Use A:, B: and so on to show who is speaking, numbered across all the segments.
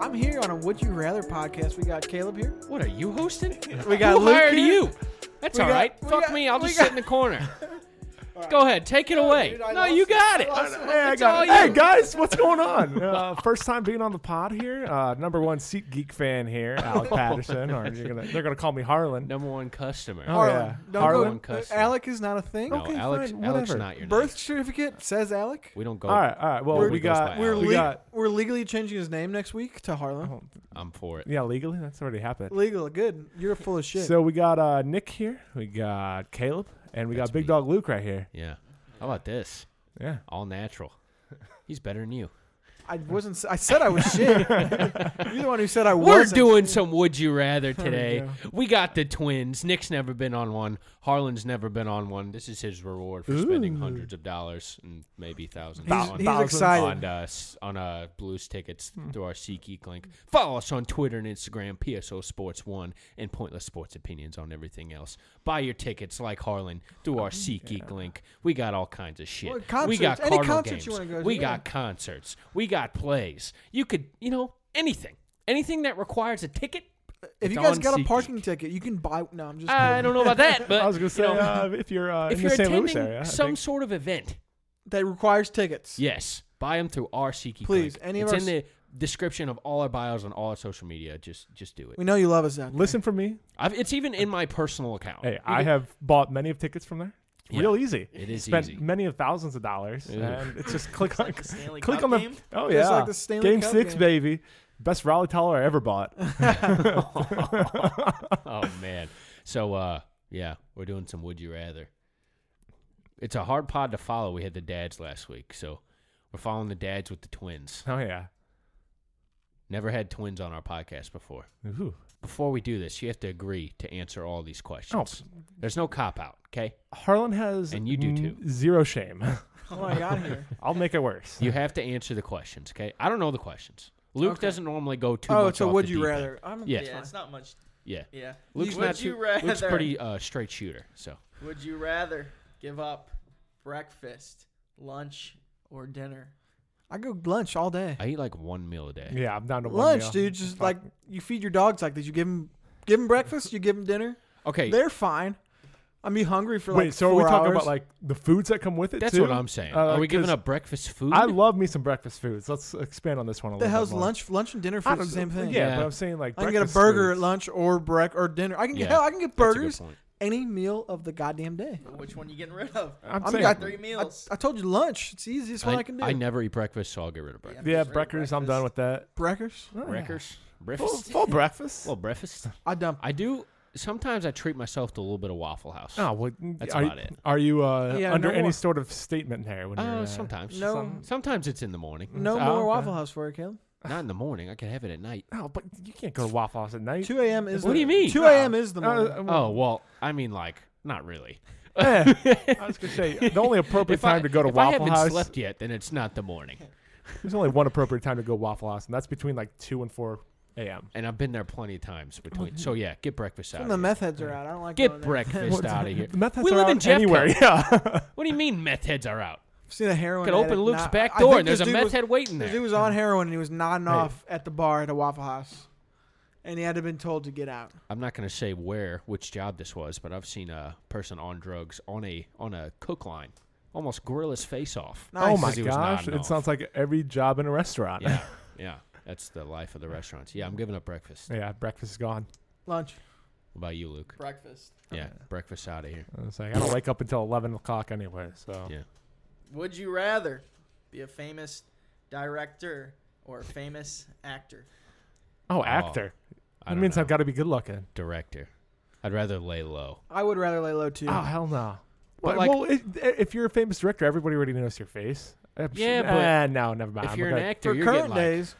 A: I'm here on a Would You Rather podcast. We got Caleb here.
B: What are you hosting?
A: We got
B: Who
A: Luke
B: hired
A: here.
B: you? That's
A: We
B: all
A: got-
B: right.
A: we
B: Fuck
A: got-
B: me. I'll
A: we
B: just
A: got-
B: sit in the corner. Go ahead. Take it away.
A: dude, I
B: no,
A: lost
B: you
A: it.
B: got
A: I
B: it.
A: lost it.
C: Hey, I
B: It's
C: got
B: all
C: it.
B: you.
C: Hey, guys, what's going on? Uh, first time being on the pod here. Uh, number one Seat Geek fan here, Alec Patterson. Or you're gonna, they're going to call me Harlan.
B: Number one customer.
C: Oh,
A: Harlan.
C: yeah.
A: Don't
C: Harlan.
A: go-
B: Cuss.
A: Alec is not a thing.
B: No,
C: okay,
B: Alex.
C: fine,
B: Alex,
C: whatever.
B: not your
A: Birth
B: name.
A: certificate says Alec.
B: We don't go.
C: All right, all right. Well,
B: Nobody
C: we
B: goes
C: got,
B: by
C: we
A: We're,
B: Alec.
A: le-
C: got,
A: we're legally changing his name next week to Harlan.
C: Oh.
B: I'm for it.
C: yeah, legally, that's already happened.
A: Legal, good. You're full of shit.
C: So we got uh, Nick here, we got Caleb, and we
B: That's
C: got Big
B: me.
C: Dog Luke right here.
B: Yeah. How about this?
C: Yeah.
B: All natural. He's better than you.
A: I wasn't. s- I said I was shit. You're the one who said I
B: We're
A: wasn't.
B: doing some would you rather today. We got the twins. Nick's never been on one. Harlan's never been on one. This is his reward for spending hundreds of dollars and maybe thousands
A: He's-
B: on,
A: he's
B: on,
A: excited. Hmm.
B: uh, s- on uh, Blues tickets through our SeatGeek link. Follow us on Twitter and Instagram, PSO Sports One, and Pointless Sports Opinions on everything else. Buy your tickets like Harlan through
A: Oh,
B: our SeatGeek link. We got all kinds of shit.
A: Well, concerts.
B: We got
A: Any
B: Cardinal
A: concerts
B: games.
A: you wanna go to,
B: we
A: yeah.
B: got concerts. We got plays. You could, you know, anything. Anything that requires a ticket.
A: If
B: it's
A: you guys
B: on
A: got a
B: SeatGeek.
A: parking ticket, you can buy. No, I'm just.
B: I don't know about that, but
C: I was going to say,
B: you know,
C: uh, if you're uh,
B: if
C: in
B: you're
C: the St.
B: attending
C: Louis area, I
B: some
C: think-
B: sort of event,
A: that requires tickets.
B: yes, buy them through our SeatGeek.
A: Please,
B: link.
A: any of
B: it's
A: our
B: in the description of all our bios on all our social media. Just, just do it.
A: We know you love us out there.
C: listen for me.
B: I've, it's even in my personal account.
C: Hey,
B: You
C: I
B: can-
C: have bought many of tickets from there.
B: Yeah.
C: Real easy.
B: It is
C: Spent
B: easy.
C: many of thousands of dollars,
B: Ooh.
C: and it's just click on
D: Stanley
C: click
D: Cup
C: on the
D: game?
C: oh yeah
A: Just like the Stanley
C: game
A: Cup
C: six
A: game.
C: baby best rally towel I ever bought.
B: oh man. So uh yeah, we're doing some would you rather. It's a hard pod to follow. We had the dads last week, so we're following the dads with the twins.
C: Oh yeah.
B: Never had twins on our podcast before.
C: Ooh.
B: Before we do this, you have to agree to answer all these
C: Oh,
B: questions. There's no cop out, okay?
C: Harlan has
B: And you do
C: n-
B: too.
C: Zero shame.
A: Oh my god, here.
C: I'll make it worse.
B: You have to answer the questions, okay? I don't know the questions. Luke
A: Okay.
B: doesn't normally go too
A: oh,
B: much.
A: so
B: off
A: would
B: the
A: you
B: deep
A: rather?
B: end.
A: I'm
B: Yeah.
A: it's
D: Yeah,
A: fine.
D: it's not much.
B: Yeah.
D: Yeah.
B: Luke's
D: would
B: not
D: you
B: too,
D: rather?
B: Luke's pretty uh, straight shooter, so
D: Would you rather give up breakfast, lunch, or dinner?
A: I go lunch all day.
B: I eat like one meal a day.
C: yeah, I'm down to one
A: lunch,
C: meal.
A: dude. Just
C: Fuck.
A: like you feed your dogs like this. You give them, give 'em breakfast. You give them dinner.
B: Okay.
A: They're fine. I'm be hungry for like
C: wait. So are we
A: four
C: talking
A: hours.
C: about like the foods that come with it?
B: That's
C: too?
B: what I'm saying.
C: Uh,
B: Are we giving
C: 'cause
B: up breakfast food?
C: I love me some breakfast foods. Let's expand on this one a
A: the
C: little.
A: hell's
C: bit more.
A: lunch? Lunch and dinner
C: I
A: food
C: don't
A: is the same thing.
C: Yeah,
B: Yeah.
C: but I'm saying like
A: I can get a
C: breakfast
A: burger at
C: foods.
A: lunch or break or dinner. I can
B: Yeah,
A: hell, I can get
B: that's a good
A: burgers
B: point.
A: any meal of the goddamn day.
D: Which one you getting rid of?
C: I'm
A: I'm-
C: saying
A: I-
D: Three
A: I,
D: meals.
A: I told you lunch. It's the easiest one I can do.
B: never eat breakfast, so I'll get rid of breakfast.
C: yeah,
D: Breakfast.
C: breakers. I'm done with that.
A: Breakfast.
C: Oh, yeah.
B: Breakers,
C: Full,
B: breakfast,
C: full breakfast.
B: little breakfast.
A: I dump.
B: I do. Sometimes I treat myself to a little bit of Waffle House.
C: Oh, well,
B: That's
C: are,
B: about it.
C: Are you uh,
A: Yeah,
C: under
A: no
C: any
A: more. Oh,
C: sort of statement there? When you're,
B: Uh,
C: uh,
B: sometimes.
A: no,
B: Sometimes it's in the morning. Uh,
A: no
C: Oh,
A: more
C: okay.
A: Waffle House for you, Caleb.
B: Not in the morning. I can have it at night.
C: No, but you can't go to Waffle House at night.
A: Two a.m. is.
B: What
A: the,
B: do you mean?
A: Two a.m. is the
C: Uh,
A: morning.
C: well,
B: Oh well, I mean like not really.
C: Eh, I was gonna say the only appropriate
B: If I-
C: time to go to
B: if I
C: Waffle
B: haven't
C: House.
B: slept yet, then it's not the morning.
C: There's only one appropriate time to go Waffle House, and that's between like two and four a.m.
B: And I've been there plenty of times between. So yeah, get breakfast out.
A: When
B: of
A: the
B: here.
A: meth heads are out, I don't like
B: Get
A: going there.
B: breakfast out of here.
C: The meth heads
B: we
C: are
B: live
C: out
B: in Jeffco.
C: anywhere. Yeah.
B: What do you mean meth heads are out?
A: I've seen a heroin.
B: Could open
A: addict
B: Luke's
A: nod-
B: back
A: I
B: door
A: think
B: and there's
A: this
B: a
A: dude
B: meth
A: was-
B: head waiting
A: This
B: there.
A: dude was on heroin and he was nodding
C: Hey.
A: off at the bar at a Waffle House, and he had to been told to get out.
B: I'm not going to say where, which job this was, but I've seen a person on drugs on a on a cook line, almost grill his face off.
C: oh
A: Nice.
C: my
B: 'cause he was
C: gosh!
B: nodding
C: It
B: off.
C: sounds like every job in a restaurant.
B: Yeah, yeah. That's the life of the restaurants. Yeah, I'm giving up breakfast. What
C: Yeah, breakfast is gone.
A: Lunch.
B: about you, Luke?
D: Breakfast.
B: Yeah, breakfast out of here.
C: I was like, I don't wake up until eleven o'clock anyway. So
B: Yeah.
D: Would you rather be a famous director or a famous actor?
C: oh, actor.
B: I
C: that
B: don't
C: means
B: know.
C: I've got to be good looking.
B: Director. I'd rather lay low.
A: I would rather lay low too.
C: Oh hell no!
B: But,
C: Well,
B: like-
C: well, if- if you're a famous director, everybody already knows your face. I'm
B: Yeah,
C: sure-
B: but
C: Ah, no, never mind.
B: if
C: I'm
B: you're an
C: okay.
B: actor,
A: For
B: you're
A: current
B: getting like
A: days,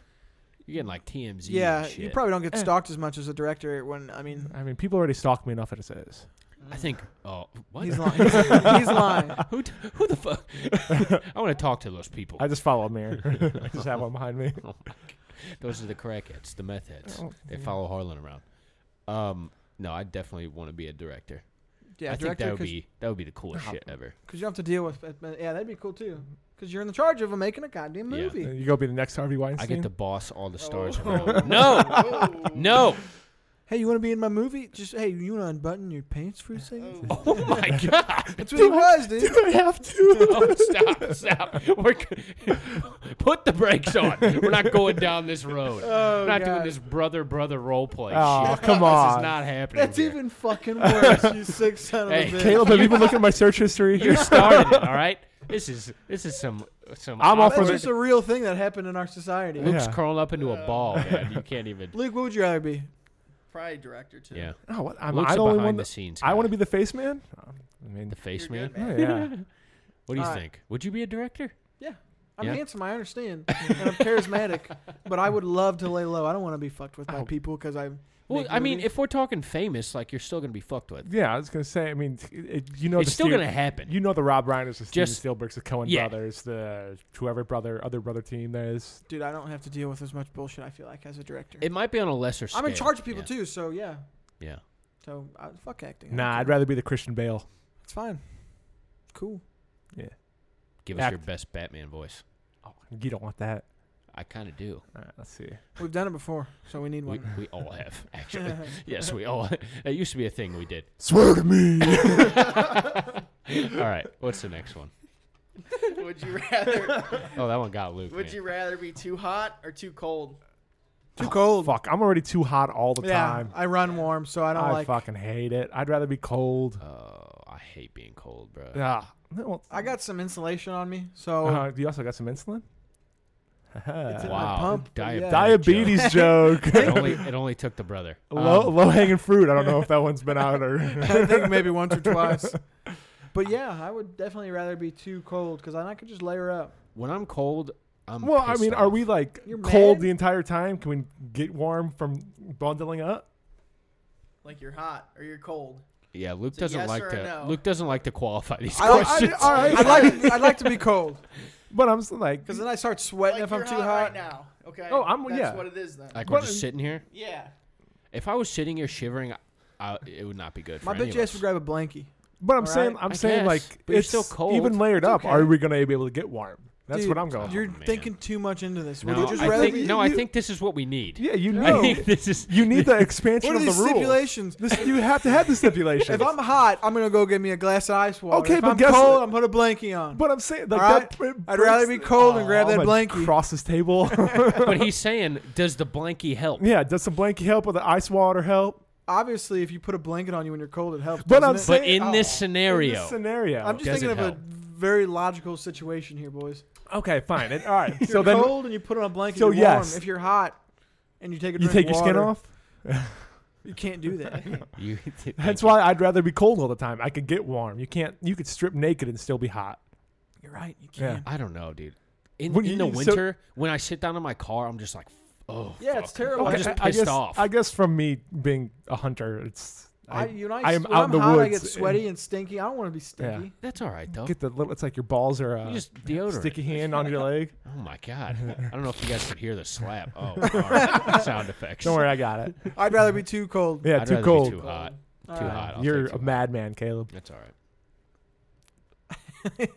B: you're getting like TMZ.
A: yeah,
B: and shit.
A: you probably don't get
C: Eh.
A: stalked as much as a director. When I mean,
C: I mean, people already stalk me enough as it is.
B: I think. Oh, what?
A: he's lying. he's lying.
B: who? t- Who the fuck? I want to talk to those people.
C: I just follow a mirror. I just have one behind me.
B: Those are the crackheads, the meth heads.
C: Oh,
B: they follow Harlan around. Um, no, I definitely want to be a director.
A: Yeah,
B: I think that
A: director
B: would
A: because
B: be that would be the
C: Oh.
B: coolest shit ever.
A: you don't have to deal with. Yeah, that'd be cool too. Because you're in the charge of making a goddamn
B: Yeah.
A: movie.
C: You go be the Oh. next Harvey
B: I
C: Weinstein.
B: get to boss all the stars. around. No, no.
A: Hey, you want to be in my movie? Just hey, you want to unbutton your pants for a second?
B: Oh my god!
A: That's what it was, dude.
C: I have to.
B: No, stop, stop. We're c- put the brakes on. We're not going down this road. We're not doing
A: God.
B: this brother brother role play.
C: Aw,
B: shit.
C: Oh, come
B: This
C: on.
B: is not happening.
A: That's
B: here.
A: even fucking worse. You sick son
B: Hey,
A: of a bitch.
C: Caleb, have you been looking at my search history?
B: you started it. All right. This is this is some some.
C: I'm all
B: awkward-
C: for
A: That's just a real thing that happened in our society.
C: Yeah.
B: Luke's curled up into a ball, man. You can't even.
A: Luke, what would you rather be?
D: Probably director too.
B: Yeah.
C: Oh, what? I'm,
B: Luke's
C: I
B: a
C: don't
B: behind
C: want
B: the scenes
C: I want
B: guy.
C: to be the face man. Um, I mean,
B: The face
D: You're
B: man.
D: good,
C: oh,
D: man.
C: yeah.
B: What do you
A: All right.
B: think? Would you be a director?
A: Yeah. I'm
B: Yeah.
A: handsome, I understand, and I'm charismatic, but I would love to lay low. I don't want to be fucked with by
C: Oh.
A: people because I.
B: Well,
A: make
B: I mean,
A: movies.
B: if we're talking famous, like you're still gonna be fucked with.
C: yeah, I was gonna say. I mean, t- it, it- you know,
B: It's
C: the
B: still
C: Steve-
B: gonna happen.
C: You know, the Rob Reiners, the
B: Just-
C: Steven Spielbergs, the Cohen
B: Yeah.
C: brothers, the whoever brother, other brother team there is.
A: dude, I don't have to deal with as much bullshit. I feel like as a director,
B: It might be on a lesser scale.
A: I'm in charge of people
B: Yeah.
A: too. So yeah,
B: Yeah.
A: so I, fuck acting. I don't
C: Nah,
A: care.
C: I'd rather be the Christian Bale.
A: It's fine. Cool.
B: Give us your
C: Act.
B: best Batman voice.
C: Oh, you don't want that.
B: I kind of do.
C: All right, let's see.
A: We've done it before, so we need
B: We,
A: one.
B: we all have actually. yes, we all. That used to be a thing we did.
C: Swear to me.
B: All right. What's the next one?
D: Would you rather
B: Oh, that one got Luke.
D: Would
B: man.
D: you rather be too hot or too cold?
A: Too cold.
C: Fuck, I'm already too hot all the
A: yeah,
C: time.
A: I run warm, so I don't
C: I
A: like.
C: fucking hate it. I'd rather be cold.
B: Oh, I hate being cold, bro.
C: Ah, Uh, well,
A: I got some insulation on me, so
C: Uh, you also got some insulin.
A: in my
B: wow.
A: pump, but
B: Diabetic
A: yeah.
B: joke.
C: Diabetes joke.
B: it, only, it only took the brother.
C: low
B: Um,
C: low hanging fruit. I don't know if that one's been out or.
A: I think maybe once or twice. But yeah, I would definitely rather be too cold because then I could just layer up.
B: when I'm cold, I'm.
C: Well, I
B: pissed
C: mean, are
B: off.
C: we like
A: You're
C: cold
A: mad?
C: the entire time? Can we get warm from bundling up?
D: Like you're hot or you're cold?
B: Yeah, Luke
D: It's a
B: doesn't
D: yes
B: like
D: or a
B: to.
D: no.
B: Luke doesn't like to qualify these
A: I, I,
B: questions.
A: all right, I'd like to, I'd like to be cold
C: But I'm still like,
A: because then I start sweating
D: Like
A: if I'm
D: you're
A: too
D: right
A: hot.
D: now. Okay.
C: Oh, I'm-
D: That's
C: yeah.
D: what it is then.
B: like we're
C: But-
B: just sitting here.
D: yeah.
B: If I was sitting here shivering, I, I, it would not be good.
A: My
B: For any
A: bitch
B: of
A: ass
B: us.
A: would grab a blankie.
C: but I'm
A: All
C: saying,
A: right,
C: I'm
B: I
C: saying
B: guess,
C: like,
B: but you're
C: it's
B: still cold.
C: Even layered
A: It's
C: up,
A: okay.
C: are we gonna be able to get warm? That's
A: Dude,
C: what I'm going.
A: You're
B: Oh, man.
A: thinking too much into this. Would
B: No,
A: you just
B: I
A: rather
B: think,
A: be-
B: no, I
A: you-
B: think this is what we need.
C: yeah, you
B: I
A: No.
C: know.
B: think this is.
C: You need the expansion
A: What are
C: of the
A: these
C: rules.
A: stipulations?
C: This, you have to have the stipulations.
A: If I'm hot, I'm gonna go get me a glass of ice water.
C: Okay,
A: if
C: but
A: I'm
C: guess
A: cold,
C: what-
A: I'm put a blankie on.
C: But I'm saying, like,
A: All right.
C: that, it
A: I'd rather be
C: breaks
A: cold and
C: Aw,
A: grab that
C: I'm gonna
A: blankie.
C: Cross this table.
B: But he's saying, does the blankie help?
C: yeah, does some blankie help with the ice water help?
A: Obviously, if you put a blanket on you when you're cold, it helps.
C: But
A: doesn't
C: I'm
A: it?
C: saying-
B: But in
C: Oh,
B: this
C: In
B: scenario,
C: this scenario.
A: I'm just
B: Does
A: thinking
B: it
A: of
B: help?
A: a very logical situation here, boys.
C: okay, fine. It- all right.
A: You're
C: so then
A: cold and you put on a blanket.
C: So
A: So
C: yes.
A: warm. if you're hot and you take a
C: you
A: drink
C: take
A: of
C: your skin
A: water,
C: off.
A: You can't do that.
B: you,
C: That's why I'd rather be cold all the time. I could get warm. You can't. You could strip naked and still be hot.
A: you're right. You
C: Yeah.
A: can't.
B: I don't know, dude. In,
C: When
B: in the
C: you- so-
B: winter, when I sit down in my car, I'm just like, oh,
A: Yeah, it's
B: fuck.
A: terrible.
B: I'm
A: Okay,
B: just
C: I
B: pissed
C: guess,
B: off.
C: I guess from me being a hunter, it's
A: I,
C: I-
A: you know, I,
C: I am
A: am
C: out
A: I'm
C: in the
A: hot, I
C: woods
A: get sweaty and stinky. I don't want to be
C: Yeah.
A: stinky.
B: That's all right though.
C: Get the little. It's like your balls are uh,
B: You just deodorant.
C: sticky hand on your leg.
B: Oh my god! I don't know if you guys could hear the slap. Oh, all right. sound effects.
C: Don't worry, I got it.
A: I'd rather be too cold.
C: Yeah,
B: I'd
C: too
B: rather
C: cold.
B: Be too hot. Too
A: All right.
B: hot. I'll
C: You're
B: take too
C: a
B: hot.
C: madman, Caleb.
B: That's all right.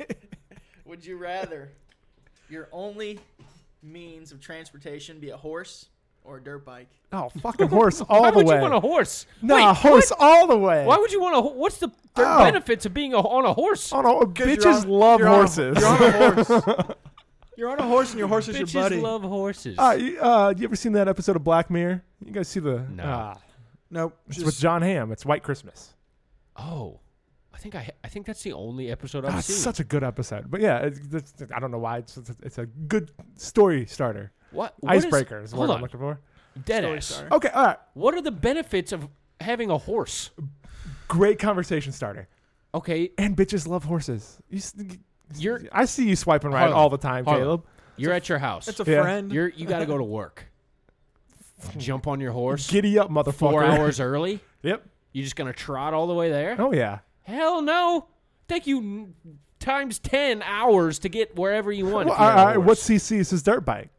D: Would you rather your only means of transportation be a horse or a dirt bike?
C: Oh, fucking horse all
B: Why
C: the
B: would
C: way.
B: you want a horse?
C: nah,
B: Wait,
C: horse all the way.
B: Why would you want a? ho- What's the
C: Oh.
B: benefits of being a, on a horse?
C: Oh, no, bitches
A: on-
C: love
A: you're on a-
C: horses.
A: You're on a horse. you're on a horse, and your horse is
B: Bitches
A: your buddy.
B: love horses.
C: Uh, you, uh, you ever seen that episode of Black Mirror? You guys see the?
B: No.
C: Ah,
A: nope.
C: it's
A: just-
C: with John Hamm. It's White Christmas.
B: oh, I think I I think that's the only episode
C: Oh,
B: I've
C: it's
B: seen.
C: such a good episode. But yeah, it's, it's, I don't know why. It's, it's, it's a good story starter.
B: what, what is-
C: Icebreaker is, what
B: hold
C: I'm
B: on,
C: looking for.
B: dead ass.
C: Okay, all right.
B: What are the benefits of having a horse?
C: Great conversation starter.
B: Okay,
C: And bitches love horses. You, s-
B: you're
C: I see you swiping right
B: Harlan,
C: all the time,
B: Harlan,
C: Caleb.
B: You're at your house.
A: it's a
C: Yeah.
A: friend.
B: You're you got to go to work. Jump on your horse.
C: Giddy up, motherfucker.
B: four hours early.
C: Yep.
B: You just gonna trot all the way there?
C: Oh yeah.
B: Hell no! Take you n- times ten hours to get wherever you want.
C: Well,
B: if you're
C: all
B: on a
C: right,
B: horse.
C: what's CC? It's his dirt bike.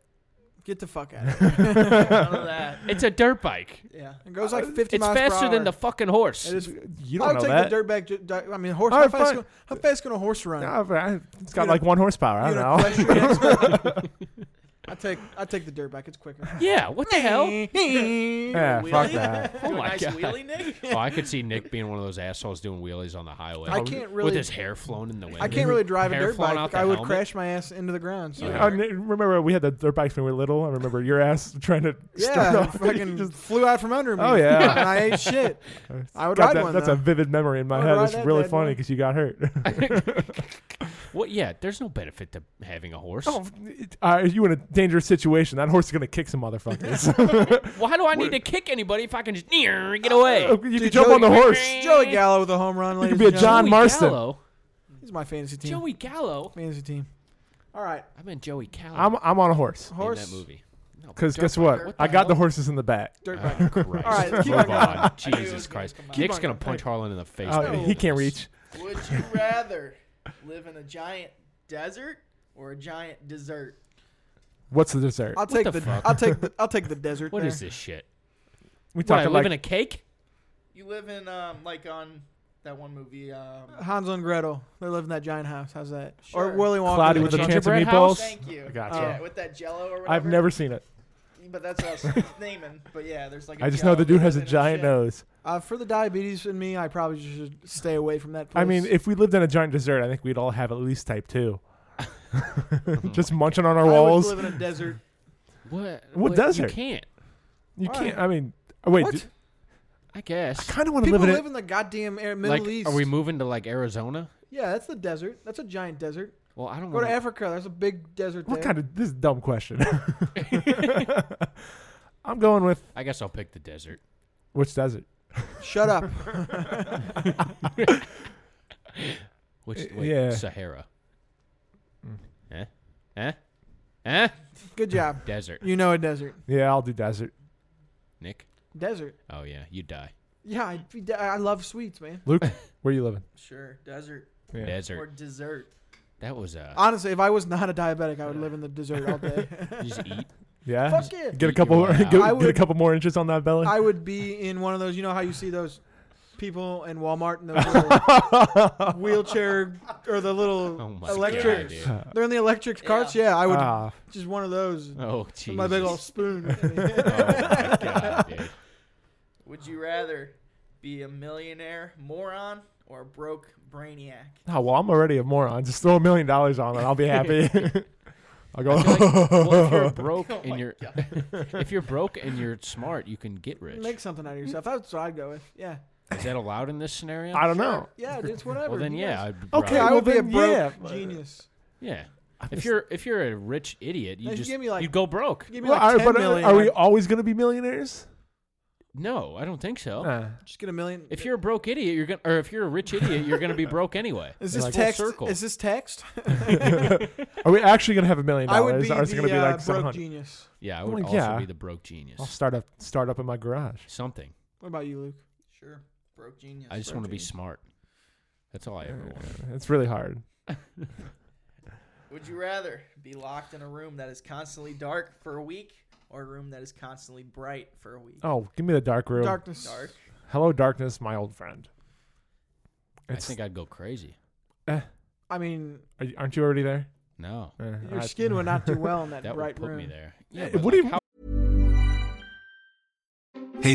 A: Get the fuck out of here.
D: None of that.
B: It's a dirt bike.
D: Yeah.
A: It goes like 50
B: It's
A: miles per
B: faster than
A: hour.
B: the fucking horse.
A: It is-
C: You
A: I
C: don't
A: would
C: know
A: take
C: that.
A: the dirtbag. ju- di- I mean, horse.
C: All
A: how,
C: right,
A: fast
C: fine.
A: gonna, how fast can a horse run?
C: No, but I- it's
A: You
C: got
A: know-
C: like one horsepower. I
A: You
C: don't
A: an
C: know.
A: equestrian expert. I take I take the dirtbag. It's quicker.
B: yeah. What the hell?
C: Yeah, fuck
D: Wheelie?
C: that.
D: Do a
B: Oh my
D: nice
B: God.
D: wheelie, Nick?
B: Oh, I could see Nick being one of those assholes doing wheelies on the highway.
A: I can't
B: with
A: really-
B: his hair flown in the wind.
A: I can't really drive a
B: Hair
A: dirt
B: flown
A: bike.
B: out the
A: I would
B: helmet.
A: crash my ass into the ground. So
C: I Oh, n- remember we had the dirt bikes when we were little. I remember your ass trying to. start
A: yeah, it
C: off.
A: fucking
C: Just-
A: flew out from under me.
C: Oh, yeah.
A: and I ate shit. I would
C: God,
A: ride
C: that-
A: one.
C: That's
A: Oh, though.
C: a vivid memory in my
A: I would
C: head.
A: ride
C: It's
A: that
C: really
A: bad
C: funny
A: boy.
C: because you got hurt.
B: Well, yeah. There's no benefit to having a horse.
C: oh, it- uh, you in a dangerous situation. That horse is gonna kick some motherfuckers.
B: Why do I need to kick anybody if I can just near get away?
C: you
A: Dude,
C: can jump on the
A: Joey-
C: horse.
A: Joey Gallo with a home run.
C: You
A: ladies
C: could be a
A: and gentlemen.
C: John
B: Joey
C: Marston.
B: Gallo.
A: He's my fantasy team.
B: Joey Gallo.
A: fantasy team. All right,
B: I meant Joey Gallo.
C: I'm I'm on a horse.
A: horse.
B: in that movie. No,
C: Because
B: dirt
C: guess
B: bike.
C: what? I
B: the
C: got the
B: hell?
C: horses in the back.
A: Dirtbag.
B: Oh, Christ.
A: All right, keep
B: Move
A: on
B: on.
D: I knew it
B: Jesus
D: was
B: Christ.
D: gonna come up.
B: Nick's
A: on
B: going to
A: going.
B: punch Harlan in the face.
C: Oh,
B: with this.
C: he can't reach.
D: Would you rather live in a giant desert or a giant desert?
C: What's the dessert?
A: I'll take
B: the
A: the,
B: fuck?
A: I'll take the I'll take the desert.
B: What
A: there.
B: is this shit?
C: We
B: What, I
C: talking
B: live
C: like
B: in a cake?
D: You live in um like on that one movie um
A: Hansel and Gretel. They live in that giant house. How's that? Or
D: Sure.
A: Willy Wonka.
C: cloudy
B: a
C: with a chance of
B: gingerbread
C: meatballs.
B: house?
D: Thank you.
C: I gotcha.
D: Yeah, with that Jello or whatever.
C: I've never seen it.
D: But that's what I was naming. But yeah, there's like. I
C: I just know the dude has a giant nose.
A: Uh, for the diabetes in me, I probably should stay away from that place.
C: I mean, if we lived in a giant desert, I think we'd all have at least type two. just munching on our
A: I would
C: walls.
A: live in a desert.
B: What?
C: What
B: You
C: desert?
B: can't.
C: You
A: Why?
C: can't. I mean, oh, wait.
A: What?
C: d-
B: I guess.
C: I kind of want to
A: People
C: live in
A: live
C: it.
A: in the goddamn air, Middle
B: Like,
A: East.
B: are we moving to like Arizona?
A: yeah, that's the desert. That's a giant desert.
B: Well, I don't
A: Go to
B: wanna-
A: Africa. There's a big desert
C: What
A: there.
C: kind of this is a dumb question? I'm going with
B: I guess I'll pick the desert.
C: which desert?
A: Shut up.
B: Which
C: Uh,
B: wait,
C: yeah.
B: Sahara.
A: Mm.
B: Eh? Eh? Eh?
A: Good job.
B: Desert.
A: You know a desert.
C: Yeah, I'll do desert.
B: Nick?
A: Desert.
B: Oh yeah, you die.
A: Yeah, I'd be de- I love sweets, man.
C: Luke, where you living?
D: Sure, desert
C: Yeah.
D: or
B: Desert.
D: dessert.
B: That was uh
A: Honestly, if I was not a diabetic, I would live in the desert all day.
B: you just eat.
C: Yeah.
A: Fuck yeah.
C: Get a
B: Eat
C: couple.
B: your way
C: Get,
B: out.
A: I
C: get a
A: would-
C: couple more inches on that belly.
A: I would be in one of those. You know how you see those people in Walmart and those little wheelchair or the little
B: Oh my
A: electric.
B: god.
A: They're in the electric carts. Yeah, I would
C: Ah,
A: just one of those.
B: Dude. Oh Jesus.
A: with my big old spoon.
B: Oh my god, dude.
D: Would you rather be a millionaire moron or a broke brainiac?
C: oh, well, I'm already a moron. Just throw a million dollars on it. I'll be happy. I'll go.
B: well, if you're broke
D: Oh my
B: and you're if you're broke and you're smart, you can get rich.
A: Make something out of yourself. That's what I'd go with. Yeah.
B: Is that allowed in this scenario?
C: I don't know.
A: Yeah, it's whatever.
B: well, then
A: you
B: yeah.
A: guys-
B: I'd
C: Okay,
A: Yeah,
B: probably-
A: I
C: Well,
A: would be a
C: then,
A: broke
C: yeah.
A: genius.
B: yeah. If you're if you're a rich idiot, you
A: If you
B: just
A: give me, like-
B: you go broke.
A: Give me
C: Well,
A: like
C: are,
A: 10
C: but are,
A: million,
C: are we
A: I'd
C: always going to be millionaires?
B: No, I don't think
A: Oh.
B: so.
C: Uh,
A: just get a million?
B: If you're a broke idiot, you're gonna, or if you're a rich idiot, you're gonna be broke anyway.
A: is this
B: Like, full
A: text?
B: circle.
A: Is this text?
C: are we actually going to have a million
A: I would
C: dollars?
A: be
C: Or is it
A: the
C: going to be
A: uh,
C: like
A: broke
C: 700?
A: genius.
B: yeah, I would
C: Well,
B: also
C: yeah.
B: be the broke genius.
C: I'll start up, start up in my garage.
B: Something.
A: What about you, Luke?
D: Sure. Broke genius.
B: I just want to be smart. That's all I ever want.
C: It's really hard.
D: Would you rather be locked in a room that is constantly dark for a week or a room that is constantly bright for a week?
C: Oh, give me the dark room.
A: Darkness.
D: Dark.
C: Hello, darkness, my old friend.
B: I
C: It's-
B: think I'd go crazy.
C: Eh,
A: I mean,
C: are you, aren't you already there?
B: No,
C: Eh,
A: your
C: I-
A: skin would not do well in that,
B: that would
A: bright
B: put
A: room.
B: me there.
C: Eh,
B: Yeah, but
C: what
B: like,
C: do you?
B: how-
E: Hey,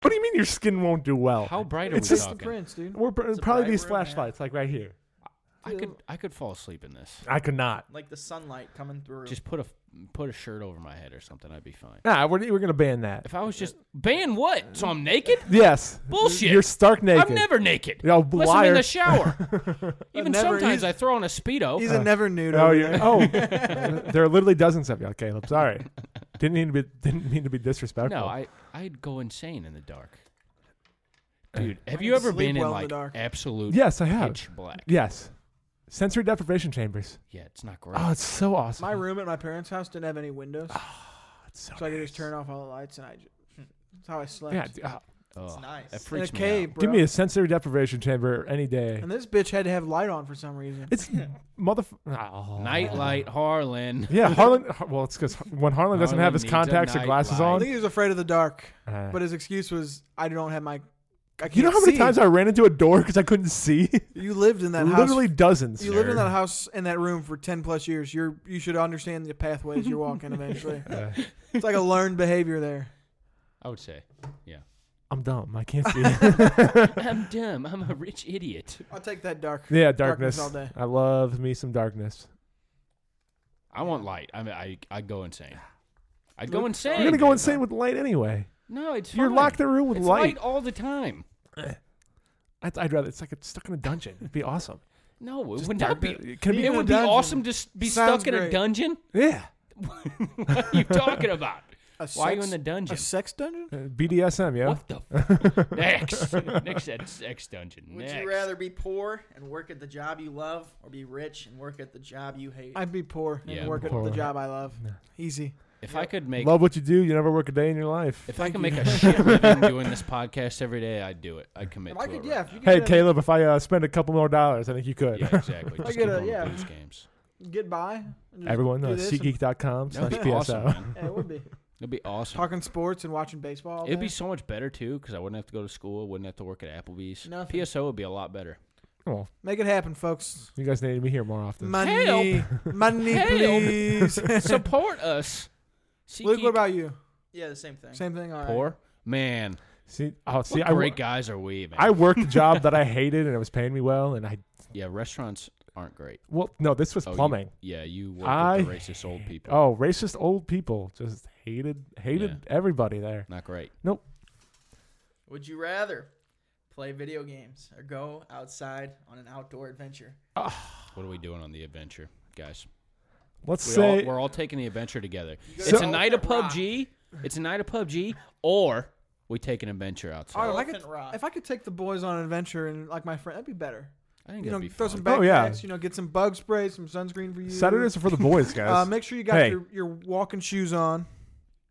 C: What do you mean your skin won't do well?
B: How bright are
C: It's
B: we
C: just-
A: The
B: talking?
A: prince, dude.
C: We're pr-
D: It's a
C: probably
D: bright
C: these
D: room,
C: flashlights, like right here.
B: I could I could fall asleep in this.
C: I could not.
D: Like the sunlight coming through.
B: Just put a put a shirt over my head or something. I'd be fine.
C: Nah, we're, we're gonna ban that.
B: If I was just ban what? So I'm naked?
C: Yes.
B: Bullshit.
C: You're stark naked.
B: I'm never naked.
C: Yo,
B: Unless I'm
C: liar.
B: in the shower. Even
A: Never-
B: sometimes
A: he's-
B: I throw on a speedo.
A: He's a never nude.
C: Oh,
A: over
C: you're,
A: there.
C: oh, there are literally dozens of you, Caleb. Sorry, didn't mean to be didn't mean to be disrespectful.
B: Uh, No, I I'd go insane in the dark. Dude, have you ever
A: sleep
B: been
A: well
B: in
A: in the
B: like
A: dark.
B: absolute
C: yes, I have.
B: pitch black?
C: Yes, sensory deprivation chambers.
B: Yeah, it's not great.
C: Oh, it's so awesome.
A: My room at my parents' house didn't have any windows,
B: Ah,
C: It's so
A: so I could
C: nice.
A: just turn off all the lights, and I. Just, that's how I slept.
C: Yeah, d- uh,
B: Ugh,
D: nice.
B: That
D: In a
A: in a
B: freaks me
A: cave, bro.
C: give me a sensory deprivation chamber any day.
A: And this bitch had to have light on for some reason.
C: It's motherfucker. Oh.
B: out. Nightlight Harlan.
C: Yeah, Harlan. Har- Well, it's because when Harlan doesn't have his
B: Harlan needs a
C: contacts or
B: night
C: glasses
B: light.
A: I
C: on.
A: think he was afraid of the dark,
C: Uh,
A: but his excuse was, "I don't have my." I can't
C: you know how many
A: see."
C: times I ran into a door because I couldn't see?
A: you lived in that
C: Literally
A: house.
C: dozens.
A: You lived in
C: Sure.
A: that house in that room for ten plus years. You're you should understand the pathways you're walking eventually.
C: Uh,
A: It's like a learned behavior there.
B: I would say. Yeah.
C: I'm dumb. I can't see.
B: I'm dumb. I'm a rich idiot.
A: I'll take that dark.
C: yeah, darkness. Uh,
A: all day.
C: I love me some darkness.
B: I want light. I mean, I I'd go insane. I'd go
A: Look,
B: insane.
C: You're gonna go insane with light anyway.
B: No, it's
C: You're
B: fine.
C: locked in a room with
B: It's
C: light.
B: all the time.
C: I'd, I'd rather. It's like it's stuck in a dungeon. It'd be awesome.
B: No, it
C: Just
B: would not
C: darkness-
B: be.
C: It could be.
B: It
A: in
B: would
A: a
B: be
A: dungeon.
B: awesome to s- be
A: Sounds
B: stuck in a
A: great.
B: dungeon.
C: Yeah.
B: what are you talking about?
A: A
B: Why are you in
A: sex-
B: the dungeon?
A: A sex dungeon?
C: Uh, BDSM. Yeah.
B: What the f- next? next that sex dungeon.
D: Would
B: next.
D: you rather be poor and work at the job you love or be rich and work at the job you hate?
A: I'd be poor and
B: Yeah,
A: work at
C: poor.
A: the job I love. Easy.
B: If I could make,
C: Love what you do. You never work a day in your life.
B: if I could make a shit living doing this podcast every day, I'd do it. I'd commit
A: If
B: to
A: I
B: it.
A: could,
B: right
A: yeah.
B: now.
A: If you could
C: Hey
A: get,
C: Caleb, if I uh, spend a couple more dollars, I think you could.
B: Yeah, exactly. Just
A: get
B: keep
A: a-
B: on
A: yeah.
B: yeah. these games.
A: get by, and just
C: Everyone, uh,
A: do this and-
C: SeatGeek.com
B: That would
C: slash
B: be
C: PSO.
B: awesome. man.
A: Yeah, it would be
B: It'd be awesome.
A: talking sports and watching baseball. all
B: It'd
A: day.
B: be so much better too, because I wouldn't have to go to school. I wouldn't have to work at Applebee's.
A: Nothing.
B: PSO would be a lot better.
C: Well,
A: make it happen, folks.
C: you guys needed me here more often.
A: Money, money,
B: Help.
A: please.
B: Support us. See,
A: Luke, what about you?
D: yeah, the same thing.
A: Same thing. All right.
B: poor man?
C: see, oh, see,
B: what
C: I,
B: great
C: wo-
B: guys are we, man?
C: I worked a job that I hated and it was paying me well, and I
B: yeah, restaurants aren't great.
C: well, no, this was
B: Oh, you-
C: plumbing.
B: yeah, you work
C: I
B: with the racist old people.
C: Oh, racist old people just hated hated
B: Yeah.
C: everybody there.
B: not great.
C: Nope.
D: Would you rather play video games or go outside on an outdoor adventure?
B: What are we doing on the adventure, guys?
C: Let's
B: We
C: say
B: all, we're all taking the adventure together.
D: guys
B: it's
C: So-
B: a night of PUBG. It's a night of PUBG, or we take an adventure outside.
A: All right, if I
D: Elephant
A: could,
D: Rock.
A: if I could take the boys on an adventure and like my friend, that'd be better.
B: I think
A: You know,
B: that'd be
A: throw
B: fun.
A: some backpacks.
C: Oh, yeah.
A: You know, get some bug spray, some sunscreen for you.
C: Saturdays are for the boys, guys.
A: Uh, make sure you got
C: Hey.
A: your, your walking shoes on.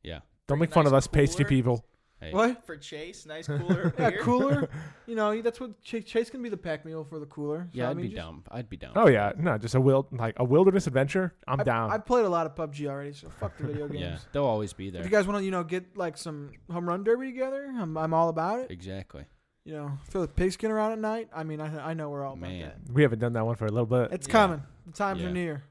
B: yeah,
C: Don't make fun
D: nice
C: of us pasty
D: cooler.
C: people.
B: Hey,
A: What?
D: For Chase, nice cooler.
A: Yeah,
D: beer.
A: cooler. you know, that's what Chase, Chase can be the pack mule for the cooler. So,
B: yeah,
A: I
B: I'd
A: mean,
B: be
A: just-
B: dumb. I'd be dumb.
C: Oh yeah, no, just a wild like a wilderness adventure. I'm
A: I-
C: down.
A: I played a lot of PUBG already, so fuck the video games.
B: yeah, they'll always be
A: If
B: there.
A: you guys want to, you know, get like some home run derby together, I'm, I'm all about it.
B: Exactly.
A: You know, throw the pigskin around at night. I mean, I, I know we're all about
B: Man.
A: that.
C: we haven't done that one for a little bit.
A: It's
B: Yeah.
A: coming. The times
B: Yeah.
A: are near.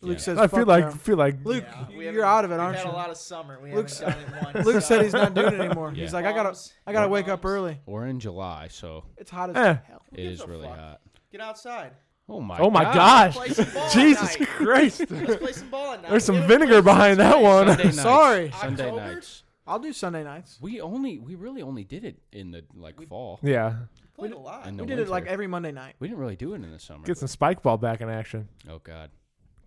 A: Luke
B: Yeah.
A: says,
C: I feel
A: "Fuck
C: like
A: no."
C: feel like
A: Luke,
D: Yeah, we haven't-
A: you're out of it,
D: we've
A: aren't
D: had
A: you?
D: a lot of summer. We
A: Luke's-
D: haven't done it once.
A: Luke said
D: so-
A: he's not doing it anymore.
B: Yeah.
A: He's like, I gotta,
D: Moms.
A: I gotta wake up
D: Moms.
A: early.
B: We're in July, so
A: It's hot as
C: Eh.
A: hell.
B: it
D: gives
B: is
D: a
B: really
D: fuck?
B: hot.
D: Get outside.
B: Oh my!
C: Oh my
B: God.
C: gosh!
D: Play some ball
C: Jesus
D: at night.
C: Christ!
D: Let's play some ball at night.
C: There's
D: We
C: some
D: haven't
C: vinegar
D: played
C: behind that
D: since
C: one.
B: Sunday nights.
A: Oh, Sorry.
B: Sunday
D: October?
B: nights.
A: I'll do Sunday nights.
B: We only we really only did it in the like fall.
C: Yeah.
D: Played a lot.
B: In
A: We
B: the
A: did it like
B: winter.
A: every Monday night.
B: We didn't really do it in the summer.
C: Get some spike ball back in action.
B: oh god.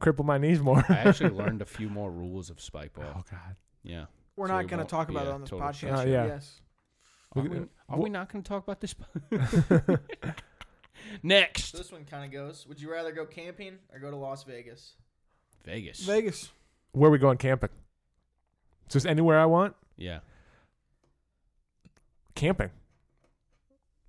C: Cripple my knees more.
B: I actually learned a few more rules of spike ball.
C: Oh God.
B: Yeah.
A: We're
B: So
A: not going
B: we
A: to
B: won't
A: talk
B: be
A: about
B: a
A: it on this
B: total
A: podcast.
C: shit
A: yet.
C: show. Uh, yeah.
A: Yes.
B: Are
C: We're
B: we,
C: gonna-
B: are we not going to talk about this?
D: So
B: Next,
D: this one kind of goes. Would you rather go camping or go to Las Vegas?
B: Vegas.
A: Vegas.
C: Where are we going camping? Just anywhere I want.
B: Yeah.
C: Camping.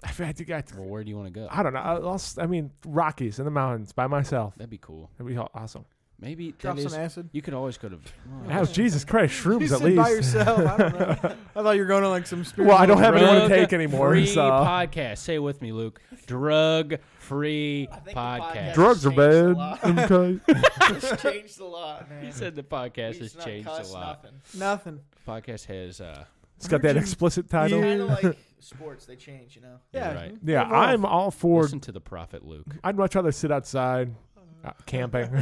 C: I feel I think I,
B: Well, where do you want to go?
C: I don't know. I'll, s- I mean, Rockies in the mountains by myself.
B: That'd be cool.
C: That'd be aw- awesome.
B: Maybe
A: Drop
B: that
A: some
B: is-
A: acid.
B: You could always go to. well,
C: That was Jesus Christ, shrooms
A: You
C: at
A: sit
C: least.
A: by yourself. I don't know. I thought you were going on like some spiritual.
C: Well, I don't have anyone to
B: Drug
C: take anymore.
B: Free
C: so.
B: podcast. Say it with me, Luke. Drug free
D: think the
B: podcast.
D: podcast-
C: Drugs are
D: Changed a
C: bad.
D: lot.
C: Okay.
D: It's changed a lot, man.
B: he said the podcast
D: We
B: has
D: just not
B: changed
D: cuss,
B: a lot.
D: Nothing.
A: nothing.
B: Podcast has. Uh,
C: it's got that explicit title.
D: Kind of like sports, they change, you know.
A: Yeah.
B: right.
C: Yeah,
A: Evolve.
C: I'm all for.
B: listen to the prophet Luke.
C: I'd much rather sit outside uh, camping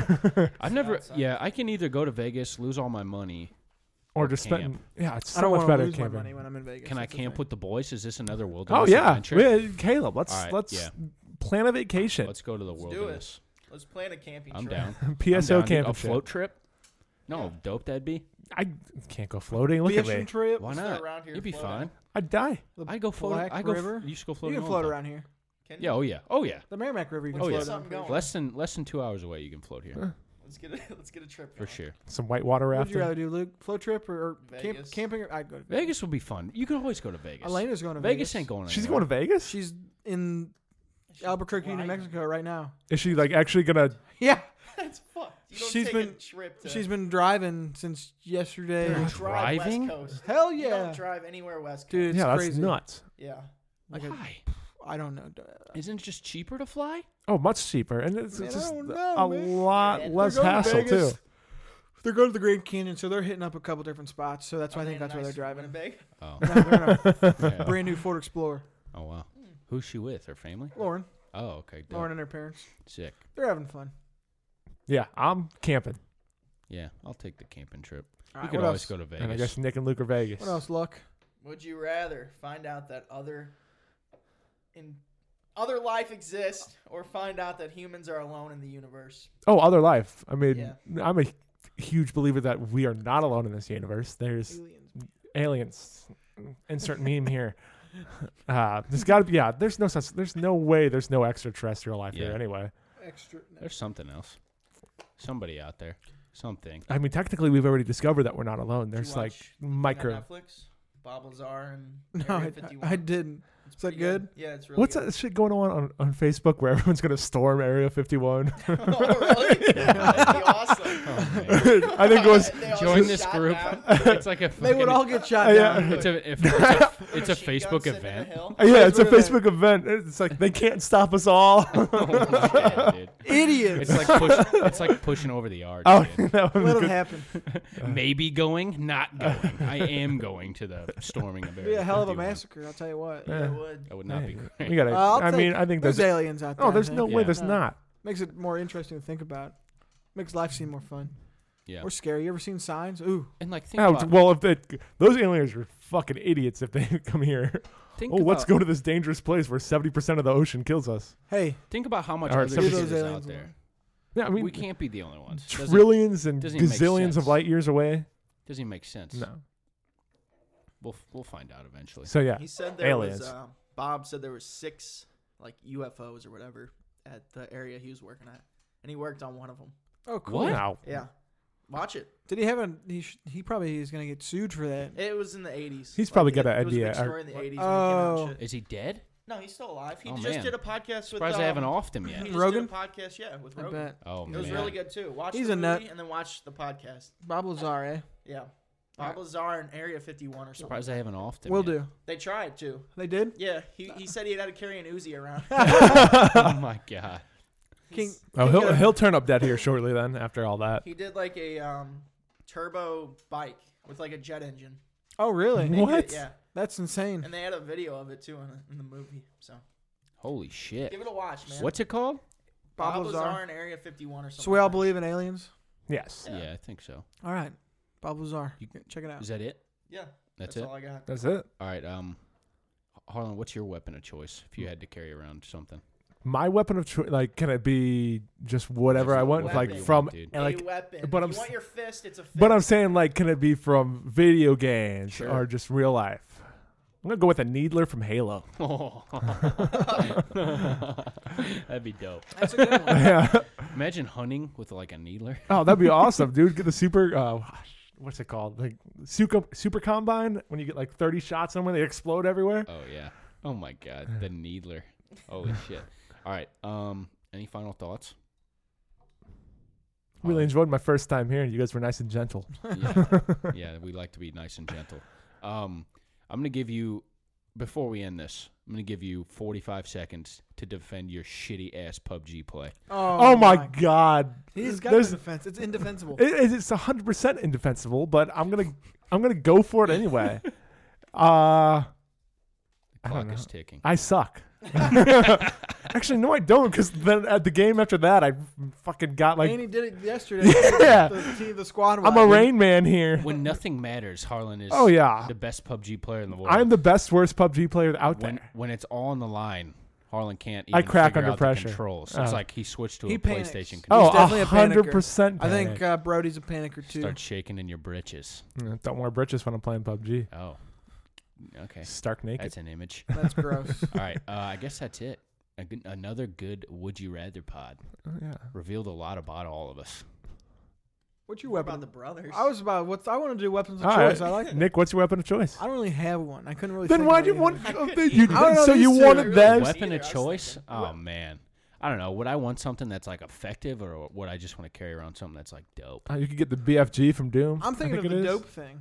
B: I've never. Yeah, I can either go to Vegas, lose all my money.
C: or just
B: camp.
C: spend. Yeah, it's so
A: I don't
C: much
A: want to
C: better
A: lose
C: camping.
A: my money when I'm in Vegas.
B: Can I
A: That's the
B: camp
A: thing.
B: with the boys? Is this another wilderness?
C: Oh yeah,
B: adventure?
C: We- Caleb. Let's
B: All right,
C: let's
B: yeah.
C: plan a vacation.
B: Let's go to the
D: do it.
B: wilderness.
D: Let's plan a camping
B: I'm
D: trip.
B: down.
C: PSO
B: I'm down, dude.
C: camping
B: A float trip? No, dope that'd be.
C: I can't go floating. Look
A: The
C: at
A: ocean
C: me.
A: trip.
B: Why
D: Is there
B: not?
D: around here
B: You'd be
D: floating?
B: fine.
C: I'd die.
A: The
B: I go floating.
A: Black
B: I go. f-
A: River.
B: You should go
A: You
B: floating.
A: can
B: all
A: float
B: the time.
A: around here.
D: Can
B: Yeah. Oh yeah. Oh yeah.
A: The Merrimack River. You can
B: Oh, yeah.
A: float around.
D: Something going.
B: Less than less than two hours away, you can float here
D: Let's get a let's get a trip
B: for
D: going.
B: sure.
C: Some whitewater
A: What would you
C: rafting.
A: rather do, Luke? Float trip or, or camp,
D: Vegas.
A: camping? Or, I'd go to Vegas.
B: Vegas will be fun. You can always go to Vegas.
A: Elena's going to
B: Vegas
A: Vegas.
B: ain't going.
C: She's
B: anywhere.
C: going to Vegas.
A: She's in Albuquerque, New
D: lying.
A: Mexico right now.
C: Is she like actually gonna?
A: Yeah.
D: That's fucked. You don't
A: She's
D: take a
A: been-
D: trip to
A: She's been driving since yesterday.
D: you drive
B: driving?
D: West Coast.
A: Hell
D: You
A: yeah.
D: don't drive anywhere West Coast.
A: Dude, it's
C: yeah, that's
A: crazy.
C: nuts.
D: Yeah.
A: Like a-
B: Why?
A: I don't know.
B: Isn't it just cheaper to fly?
C: Oh, much cheaper, and it's,
A: Man,
C: it's
A: I
C: just
A: don't know,
C: a
A: man.
C: lot
D: Yeah,
C: less
A: They're going to
C: hassle
A: Vegas.
C: too.
A: They're going to the Grand Canyon, so they're hitting up a couple different spots. So that's why I think that's why they're driving.
D: Winnipeg.
B: Oh.
A: No, they're in a
B: yeah.
A: brand new Ford Explorer.
B: Oh wow.
D: Hmm.
B: Who's she with? Her family?
A: Lauren,
B: Oh okay. dope.
A: Lauren and her parents.
B: Sick.
A: They're having fun.
C: Yeah, I'm camping,
B: Yeah, I'll take the camping trip.
A: All
B: You
A: right,
B: could
A: what
B: always
A: else?
B: go to Vegas.
C: and I guess Nick and Luke are Vegas.
A: What else, Luck?
D: Would you rather find out that other in other life exists or find out that humans are alone in the universe?
C: Oh, other life. I mean,
D: Yeah.
C: I'm a huge believer that we are not alone in this universe. There's
A: Aliens.
C: aliens. Insert meme here. Uh, there's got to be. Yeah, there's no such. There's no way. There's no extraterrestrial life here
B: Yeah.
C: anyway.
A: Extra.
B: There's something else. Somebody out there. Something.
C: I mean, technically, we've already discovered that we're not alone.
D: Did you
C: There's like
D: watch the thing on
C: micro.
D: Netflix, Bob Lazar and
A: No, I,
D: Area 51.
A: I didn't. Is that
D: Pretty
A: good?
D: Yeah, it's really
C: What's
D: good.
C: that shit going on, on on Facebook where everyone's gonna storm Area 51?
D: oh, really? That'd be awesome.
C: Oh, I think it was.
D: They all
B: Join
D: just
B: this
D: shot
B: group.
D: down.
B: it's like a.
A: They would
B: fucking-
A: all get shot
C: Yeah.
A: down.
B: It's a. If, it's a, it's a
D: Machine gun
B: Facebook
D: sitting in the
B: event.
D: hill.
C: Yeah, it's a
A: Where they-
C: Facebook event. It's like they can't stop us all.
B: Yeah, Oh, dude.
A: Idiots.
B: It's like push, it's like pushing over the yard.
C: oh,
B: dude.
C: that was
A: Let
C: good.
A: it happen.
B: Maybe going, not going. I am going to the storming of
A: Be
B: Area
A: a hell of a
B: 51.
A: massacre. I'll tell you what.
C: Yeah.
D: It would.
B: That would not be
C: Hey,
B: great.
C: We gotta.
A: Uh, I'll
C: I
A: take-
C: mean, I think
A: there's,
C: there's.
A: aliens out there.
C: Oh,
A: I
C: there's
A: think.
C: no way.
B: Yeah.
C: There's
A: No.
C: not.
A: Makes it more interesting to think about. Makes life seem more fun
B: yeah.
A: or scary. You ever seen Signs? Ooh,
B: And like think
C: Oh,
B: about
C: well, if they, those aliens are fucking idiots if they come here.
B: think
C: Oh, let's
B: about-
C: go to this dangerous place where seventy percent of the ocean kills us.
A: hey,
B: Think about how much
C: All right,
B: other
C: some
B: shit
C: people-
B: is
A: Those
B: out
A: aliens
B: there.
A: alone.
C: Yeah, I mean,
B: we can't be the only ones. Doesn't-
C: trillions and
B: doesn't even make
C: gazillions
B: sense.
C: of light years away.
B: Doesn't even make sense.
C: No.
B: We'll we'll find out eventually.
C: So yeah,
D: He said there
C: aliens.
D: was. Uh, Bob said there was six like UFOs or whatever at the area he was working at, and he worked on one of them.
A: oh cool.
B: What?
C: Wow.
D: Yeah, watch it.
A: Did he have a? He, sh- he probably is gonna get sued for that.
D: It was in the eighties.
C: He's probably got
D: it,
C: an
D: it was a big
C: idea.
D: story in the eighties.
A: Oh.
D: Oh,
B: Is he dead?
D: no, he's still alive. He
B: Oh,
D: just
B: man.
D: did a podcast with.
B: Surprised
D: um,
B: I haven't offed him
D: he
B: yet.
D: just
A: Rogan?
D: did a podcast, yeah, with
A: I
D: Rogan.
A: bet
B: Oh
D: It
B: man.
D: was really good too. Watch
A: He's
D: the
A: a
D: movie
A: nut.
D: and then watch the podcast.
A: Bob Lazar. Eh?
D: Yeah, Bob Lazar and Area Fifty One or something.
B: Surprised I haven't offed him.
A: Will
B: yet.
A: do.
D: They tried to.
A: They did.
D: Yeah, he, he said he had to carry an Uzi around.
B: oh my god.
A: King.
C: Oh,
A: King
C: he'll
A: of-
C: he'll turn up dead here shortly. Then after all that,
D: He did like a um, turbo bike with like a jet engine.
A: Oh really?
D: They did-
C: What?
D: yeah,
A: That's insane.
D: and they had a video of it too in the, in the movie. So
B: Holy shit.
D: give it a watch, man.
B: What's it called?
D: Bob,
A: Bob
D: Lazar,
A: Lazar.
D: in Area 51 or something?
A: So we all
D: like
A: believe in aliens.
C: yes.
B: Yeah,
D: Yeah.
B: I think so.
A: All right, Bob Lazar. Check it out.
B: Is that it?
D: that. Yeah.
B: That's,
D: That's
B: it.
D: all I got.
C: That's it.
B: All right. Um, Harlan, what's your weapon of choice if you had to carry around something?
C: My weapon of choice, like, can it be just whatever I want?
B: whatever you
C: Like
B: want,
C: from
B: dude.
C: and, like,
D: a weapon.
C: but
D: if
C: I'm
D: you want
C: s-
D: your fist, it's a fist.
C: but I'm saying like, can it be from video games
B: Sure.
C: or just real life? I'm gonna go with a needler from Halo.
B: That'd be dope.
D: That's a good one.
C: Yeah.
B: Imagine hunting with like a needler.
C: Oh, that'd be awesome, dude. Get the super. Uh, what's it called? Like super super combine. When you get like 30 shots on them, they explode everywhere.
B: Oh yeah. Oh my god, the needler. Holy shit. All right. Um, any final thoughts? Um,
C: Really enjoyed my first time here, and you guys were nice and gentle.
B: yeah. yeah, we like to be nice and gentle. Um, I'm gonna give you before we end this. I'm gonna give you 45 seconds to defend your shitty ass PUBG play.
C: Oh, my god.
A: He's got
C: There's-
A: no defense. It's indefensible.
C: It- it- it's 100% indefensible, but I'm gonna I'm gonna go for it anyway. uh,
B: The clock is ticking.
C: I suck. Actually, no, I don't, because then at the game after that, I fucking got like
A: and he did it yesterday.
C: Yeah.
A: The, team, the squad.
C: I'm a Rain Man here.
B: when nothing matters, Harlan is
C: Oh, yeah.
B: the best PUBG player in the world.
C: I'm the best worst PUBG player out
B: when
C: there.
B: when it's all on the line, Harlan can't. Even
C: I crack
B: figure
C: under
B: out the
C: pressure.
B: controls.
C: Uh,
B: it's like he switched to
A: He
B: a
A: panics.
B: PlayStation
C: Oh,
B: controller.
A: He's definitely a panicker.
C: 100%
A: I think
C: panic.
A: uh, Brody's a panicker too.
B: Start shaking in your britches.
C: Mm, Don't wear britches when I'm playing PUBG.
B: Oh, okay.
C: Stark naked.
B: That's an image.
A: That's gross.
B: all right. Uh, I guess that's it. A good- Another good would you rather pod
C: Oh, yeah.
B: revealed a lot about all of us.
A: What's your
D: What
A: weapon?
D: about the brothers?
A: I was about what's I want to do weapons of
C: All
A: choice.
C: right.
A: I like. That.
C: Nick, what's your weapon of choice?
A: I don't really have one. I couldn't really.
C: Then
A: think
C: why
A: about
C: do you
A: anything.
C: want?
D: I
C: oh,
D: couldn't
C: then you-
D: either. I don't
A: know
C: so
A: these
C: you
A: two. I
C: wanted
D: really
C: them?
D: wasn't.
B: Weapon
D: either, I
B: of
D: was
B: choice?
D: thinking.
B: Oh man, I don't know. Would I want something that's like effective, or would I just want to carry around something that's like dope?
C: Uh, you could get the BFG from Doom.
A: I'm
C: I
A: thinking
C: think
A: of
C: it
A: the
C: is.
A: dope thing.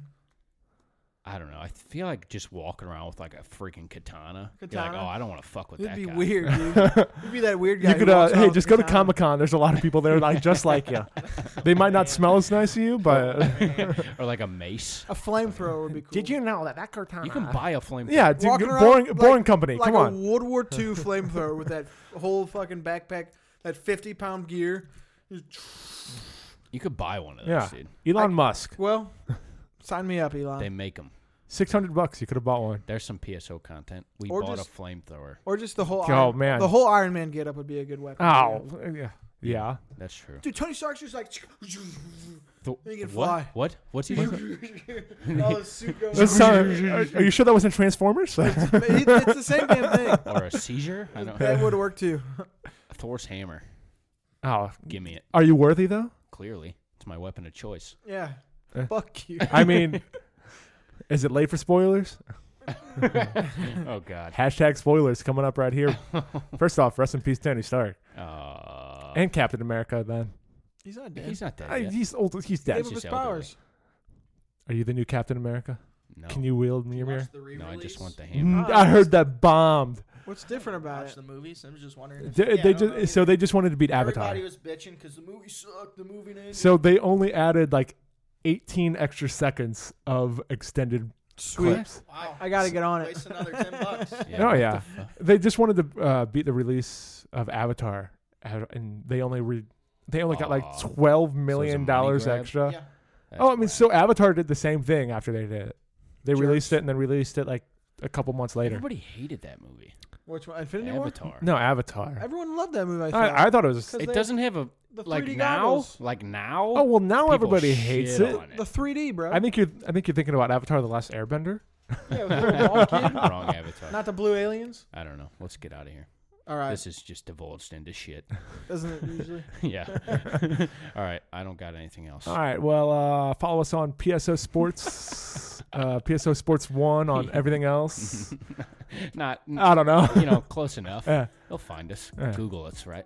B: I don't know. I feel like just walking around with like a freaking katana. You're like,
A: Katana?
B: oh, I don't want to fuck with
A: It'd
B: that
A: be
B: guy.
A: weird, dude. You'd be that weird guy.
C: You
A: who
C: could, uh,
A: walks around
C: hey,
A: with
C: just
A: a
C: go to
A: katana.
C: Comic Con. There's a lot of people there like just like you. They might not smell as nice to you, but
B: or like a mace.
A: A flamethrower would be cool.
C: know that that Cortana?
B: You can buy a flamethrower.
C: Yeah, dude,
A: Walking around
C: boring,
A: like-
C: boring company.
A: Like
C: Come
A: a
C: on.
A: World War II flamethrower with that whole fucking backpack, that 50 pound gear.
B: you could buy one of those,
C: Yeah,
B: dude.
C: Elon Musk,
A: Well, sign me up,
B: They
A: Elon.
B: make them.
C: six hundred bucks. You could have bought one.
B: There's some PSO content. We
A: Or
B: bought
A: just-
B: a flamethrower.
A: Or just the whole.
C: Oh,
A: Iron,
C: man.
A: the whole Iron Man getup would be a good weapon.
C: Ow. Yeah. Yeah.
B: That's true.
A: Dude, Tony Stark's just like
B: Th-
A: He can
B: what?
A: fly.
B: What? What's he?
A: all his suit goes.
C: That's not- are, are you sure that wasn't Transformers?
A: It- it's the same damn thing.
B: or a seizure? I don't
A: That would work too.
B: Thor's hammer.
C: oh,
B: Give me it.
C: are you worthy though?
B: Clearly, it's my weapon of choice.
A: Yeah.
C: Eh.
A: Fuck you.
C: I mean, is it late for spoilers?
B: Oh God.
C: Hashtag spoilers coming up right here. First off, rest in peace, Tony Stark,
B: Uh,
C: and Captain America. Then
A: He's not dead.
B: he's not dead
C: Uh,
B: yet.
C: he's old. He's
A: Gave
C: dead.
A: up
B: just
A: his
B: elderly.
A: powers.
C: Are you the new Captain America?
B: no.
C: Can you wield me
D: Watch
C: mirror?
D: the
B: No, I
D: re-release?
B: just want the hammer.
C: Mm, I heard that bombed.
A: What's different about
D: Watch
A: it?
D: the movies. I'm just wondering. If,
C: They,
D: Yeah,
C: they
D: I don't know
C: just so
D: either.
C: they just wanted to beat Avatar.
D: Everybody was bitching because the movie sucked. The movie didn't.
C: So they only added like 18 extra seconds of extended clips.
D: wow.
A: I gotta get on it.
D: Waste another ten bucks.
C: oh
B: what
C: yeah,
B: the fu-
C: they just wanted to uh, beat the release of Avatar, out- and they only re- they only got like
B: Aw.
C: 12 million
B: money
C: dollars
B: grab?
C: extra.
D: Yeah.
B: That's
C: oh, I mean,
B: whack.
C: so Avatar did the same thing after they did it. They
A: Jerks.
C: released it and then released it like a couple months later.
B: everybody hated that movie.
A: Which one? Infinity War.
B: Avatar.
C: No, Avatar.
A: Everyone loved that movie. I thought.
C: I, I thought it was.
A: 'Cause
B: it
A: they-
B: doesn't have a
A: the
B: like
A: 3D
B: now.
A: goggles.
B: Like now.
C: Oh well, now
B: people
C: everybody hates
B: shit
C: it.
B: on
A: The 3D, bro.
C: I think you're. I think you're thinking about Avatar: The Last Airbender.
A: Yeah, with the little ball kid.
B: Wrong Avatar.
A: Not the blue aliens.
B: I don't know. Let's get out of here.
A: All right.
B: This is just divulged into shit.
A: Doesn't it usually?
B: yeah. All right. I don't got anything else.
C: All right. Well, uh, follow us on PSO Sports, uh, PSO Sports One on everything else.
B: Not.
C: I don't know.
B: you know, close enough.
C: Yeah.
B: They'll find us.
C: Yeah.
B: Google us, right?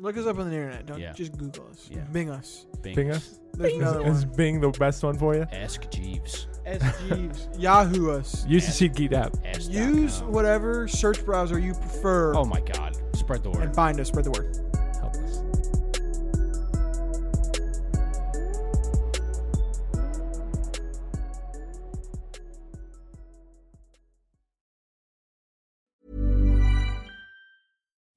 A: Look us up on the internet. Don't
B: Yeah.
A: just Google us.
B: Yeah.
A: Bing us.
B: Bing,
C: Bing us.
A: There's
C: Is,
A: another
C: is
A: one.
C: Bing the best one for you?
B: Ask Jeeves.
A: SGs. Yahoo us.
C: Use the Sheet Geek app.
B: Ask.
A: Use whatever search browser you prefer
B: Oh my God. Spread the word.
A: and find us. Spread the word.
C: Help us.